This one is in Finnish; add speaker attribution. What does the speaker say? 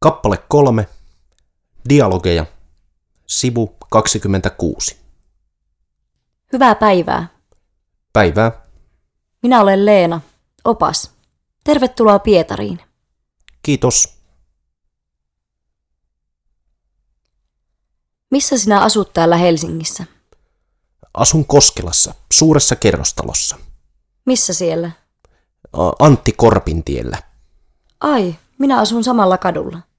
Speaker 1: Kappale 3. Dialogeja. Sivu 26.
Speaker 2: Hyvää päivää.
Speaker 1: Päivää.
Speaker 2: Minä olen Leena, opas. Tervetuloa Pietariin.
Speaker 1: Kiitos.
Speaker 2: Missä sinä asut täällä Helsingissä?
Speaker 1: Asun Koskelassa, suuressa kerrostalossa.
Speaker 2: Missä siellä?
Speaker 1: Ä, Antti Korpintiellä.
Speaker 2: Ai, minä asun samalla kadulla.